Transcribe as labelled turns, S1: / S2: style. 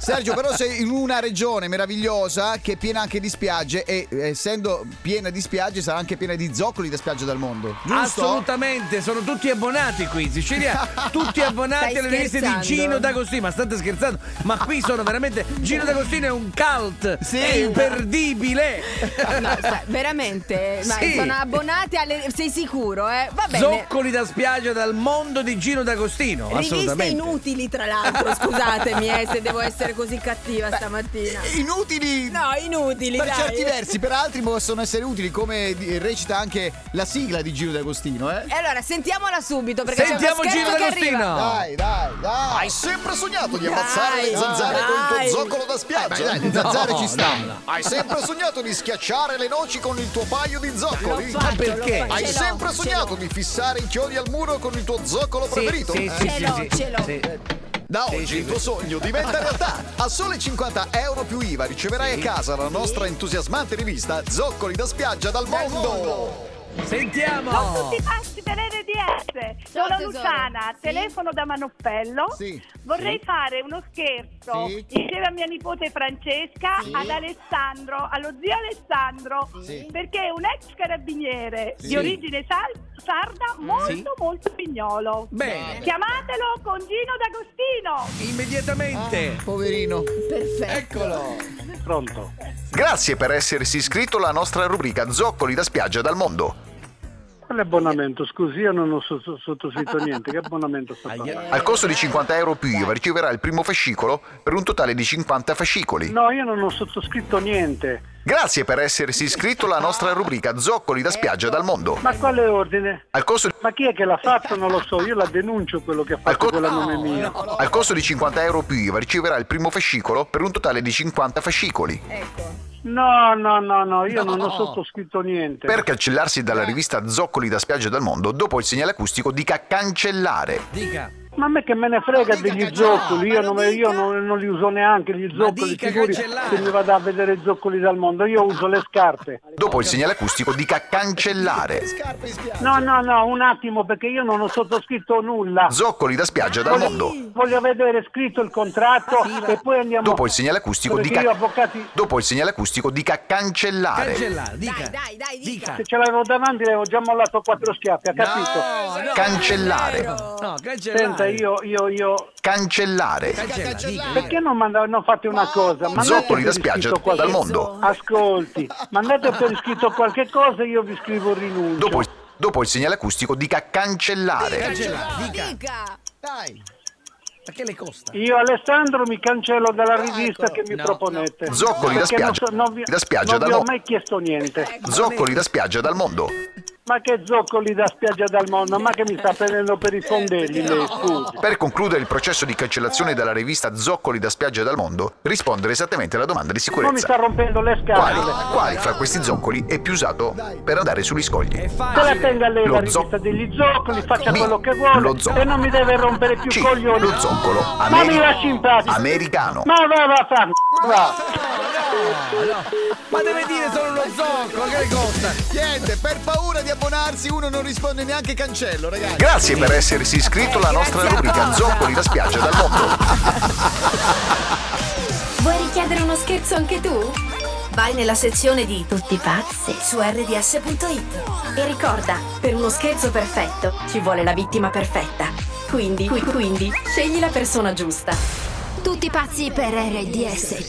S1: Sergio, però sei in una regione meravigliosa che è piena anche di spiagge e essendo piena di spiagge sarà anche piena di zoccoli da spiagge dal mondo. Giusto?
S2: Assolutamente, sono tutti abbonati qui in Sicilia, tutti abbonati
S3: Stai
S2: alle riviste di
S3: scherzando?
S2: Gino D'Agostino, ma state scherzando? Ma qui sono veramente Gino D'Agostino è un cult,
S1: Sì.
S2: è imperdibile.
S3: No, sta- veramente? eh, Ma
S2: Sì.
S3: sono abbonati alle... Sei sicuro, eh? Va bene.
S2: Zoccoli da spiaggia dal mondo di Gino D'Agostino,
S3: Riviste
S2: assolutamente.
S3: inutili, tra l'altro, scusatemi eh, se devo essere così cattiva stamattina.
S2: eh,
S1: Inutili!
S3: No, inutili,
S1: Per
S3: dai.
S1: certi versi, per altri possono essere utili, come di- recita anche la sigla di Giro d'Agostino, eh?
S3: E allora, sentiamola subito perché
S2: Sentiamo
S3: c'è uno
S2: Gino
S3: scherzo che
S2: D'Agostino.
S3: arriva.
S1: Dai, dai, dai! Hai sempre sognato di
S3: ammazzare le zanzare con il tuo zoccolo
S1: da spiaggia? Dai, dai, le zanzare ci stanno. Hai sempre sognato di schiacciare le noci con il tuo paio di zoccoli?
S3: Lo faccio,
S2: Ma perché?
S3: lo faccio.
S1: Hai
S3: Ce l'ho,
S1: sempre
S3: ce
S1: sognato
S3: l'ho.
S1: di fissare i chiodi al muro con il tuo zoccolo
S2: Sì,
S1: preferito?
S2: sì,
S1: Eh,
S2: sì,
S3: Ce
S2: sì,
S3: l'ho,
S2: sì,
S3: ce l'ho.
S2: sì.
S1: Da
S2: Sì,
S1: oggi
S2: sì,
S1: il tuo
S2: sì.
S1: sogno diventa realtà. A sole 50 euro più IVA riceverai a casa la nostra entusiasmante rivista Zoccoli da spiaggia dal mondo.
S2: Sentiamo.
S4: Con tutti i pasti dell'RDS.
S3: Ciao,
S4: Sono
S3: tesoro.
S4: Luciana,
S3: Sì.
S4: telefono da Manoppello.
S1: Sì.
S4: Vorrei fare uno scherzo
S1: Sì.
S4: insieme a mia nipote Francesca,
S1: Sì.
S4: ad Alessandro, allo zio Alessandro,
S1: Sì.
S4: perché è un ex carabiniere
S1: Sì.
S4: di origine sal- sarda molto
S2: Sì.
S4: molto pignolo.
S2: Bene.
S4: Chiamatelo con Gino D'Agostino.
S2: Immediatamente.
S1: Ah, Poverino.
S3: Perfetto.
S2: Eccolo.
S5: Pronto?
S1: Grazie per essersi iscritto alla nostra rubrica Zoccoli da spiaggia dal mondo.
S5: Quale abbonamento? Scusi, io non ho so- so- sottoscritto niente. Che abbonamento sta
S2: Aia.
S5: parlando?
S1: Al costo di 50 euro più IVA riceverai il primo fascicolo per un totale di 50 fascicoli.
S5: No, io non ho sottoscritto niente.
S1: Grazie per essersi iscritto alla nostra rubrica Zoccoli da spiaggia dal mondo.
S5: Ma quale ordine?
S1: Al costo di...
S5: Ma chi è che l'ha fatto? Non lo so, io la denuncio quello che ha
S1: Al,
S5: fatto
S1: co-
S5: quella nome mia.
S1: Al costo di 50 euro più IVA riceverà il primo fascicolo per un totale di 50 fascicoli.
S2: Ecco.
S3: ecco.
S5: No, no, no, no, io non ho sottoscritto niente.
S1: Per cancellarsi dalla rivista Zoccoli da spiaggia dal mondo dopo il segnale acustico dica cancellare.
S2: Dica.
S5: Ma a me che me ne frega
S1: dica
S5: degli
S1: che-
S5: zoccoli,
S3: no,
S5: io,
S3: ma lo
S5: non, io
S3: dica.
S5: non- non li uso neanche gli zoccoli,
S2: dica,
S5: figuri
S2: cancellare.
S5: se mi vado a vedere i zoccoli dal mondo, io uso le scarpe.
S1: Dopo il segnale acustico dica cancellare.
S5: No, no, no, un attimo perché io non ho sottoscritto nulla.
S1: Zoccoli da spiaggia dal mondo.
S5: Voglio vedere scritto il contratto e poi andiamo
S1: Dopo il segnale acustico
S5: Perché
S1: dica
S5: io avvocati
S1: Dopo il segnale acustico dica cancellare.
S2: Cancellare. Dica.
S3: Dai, dai, dai, dica.
S5: se ce l'avevo davanti l'avevo già mollato quattro schiaffi, ha capito?
S2: No, no.
S1: Cancellare.
S3: Vero.
S2: No, cancellare.
S5: Senta, io, io, io
S1: Cancellare.
S2: Cancella, dica.
S5: perché non, manda- non fate una cosa? Mandate
S1: Zoccoli da
S5: per
S1: spiaggia
S5: iscritto qualche-
S1: dal mondo.
S5: Ascolti, mandate per iscritto qualche cosa e io vi scrivo un rinuncio.
S1: Dopo il, dopo il segnale acustico dica cancellare.
S2: Cancellare. Dica.
S3: Dica.
S1: Dai.
S2: Ma che le costa?
S5: Io Alessandro mi cancello dalla rivista che mi
S2: No,
S5: proponete.
S1: Zoccoli da
S5: Perché non
S1: spiaggia.
S5: so- non vi,
S1: Da spiaggia,
S5: non
S1: da
S5: vi ho
S1: no.
S5: mai chiesto niente.
S1: Zoccoli da spiaggia dal mondo.
S5: Ma che zoccoli da spiaggia dal mondo? Ma che mi sta prendendo per i fondelli lei, scusi.
S1: Per concludere il processo di cancellazione dalla rivista Zoccoli da spiaggia dal mondo, rispondere esattamente alla domanda di
S5: Ma mi sta
S1: sicurezza.
S5: rompendo le
S1: Quali,
S5: scatole.
S1: quali fra questi zoccoli è più usato per andare sugli scogli?
S2: È
S5: Se la
S2: facile.
S5: tenga lei
S1: Lo
S5: la
S1: zo-
S5: rivista degli zoccoli, faccia
S1: Mi-
S5: quello che
S1: lo
S5: vuole
S1: zo-
S5: e non mi deve rompere più
S1: C.
S5: coglioni.
S1: Lo zoccolo
S5: Ma mi
S1: ameri-
S5: lasci in pace.
S1: americano.
S5: Ma va, va, fa. Va.
S2: No, no. Ma deve dire solo lo zocco, che le costa?
S1: Niente, per paura di abbonarsi uno non risponde neanche cancello, ragazzi. Grazie per essersi iscritto alla nostra
S3: Grazie a
S1: rubrica
S3: voi.
S1: Zoccoli da spiaggia dal mondo.
S6: Vuoi richiedere uno scherzo anche tu?
S7: Vai nella sezione di
S6: Tutti pazzi.
S7: su rds.it
S6: E ricorda, per uno scherzo perfetto ci vuole la vittima perfetta. Quindi, qui- quindi, scegli la persona giusta.
S7: Tutti pazzi per RDS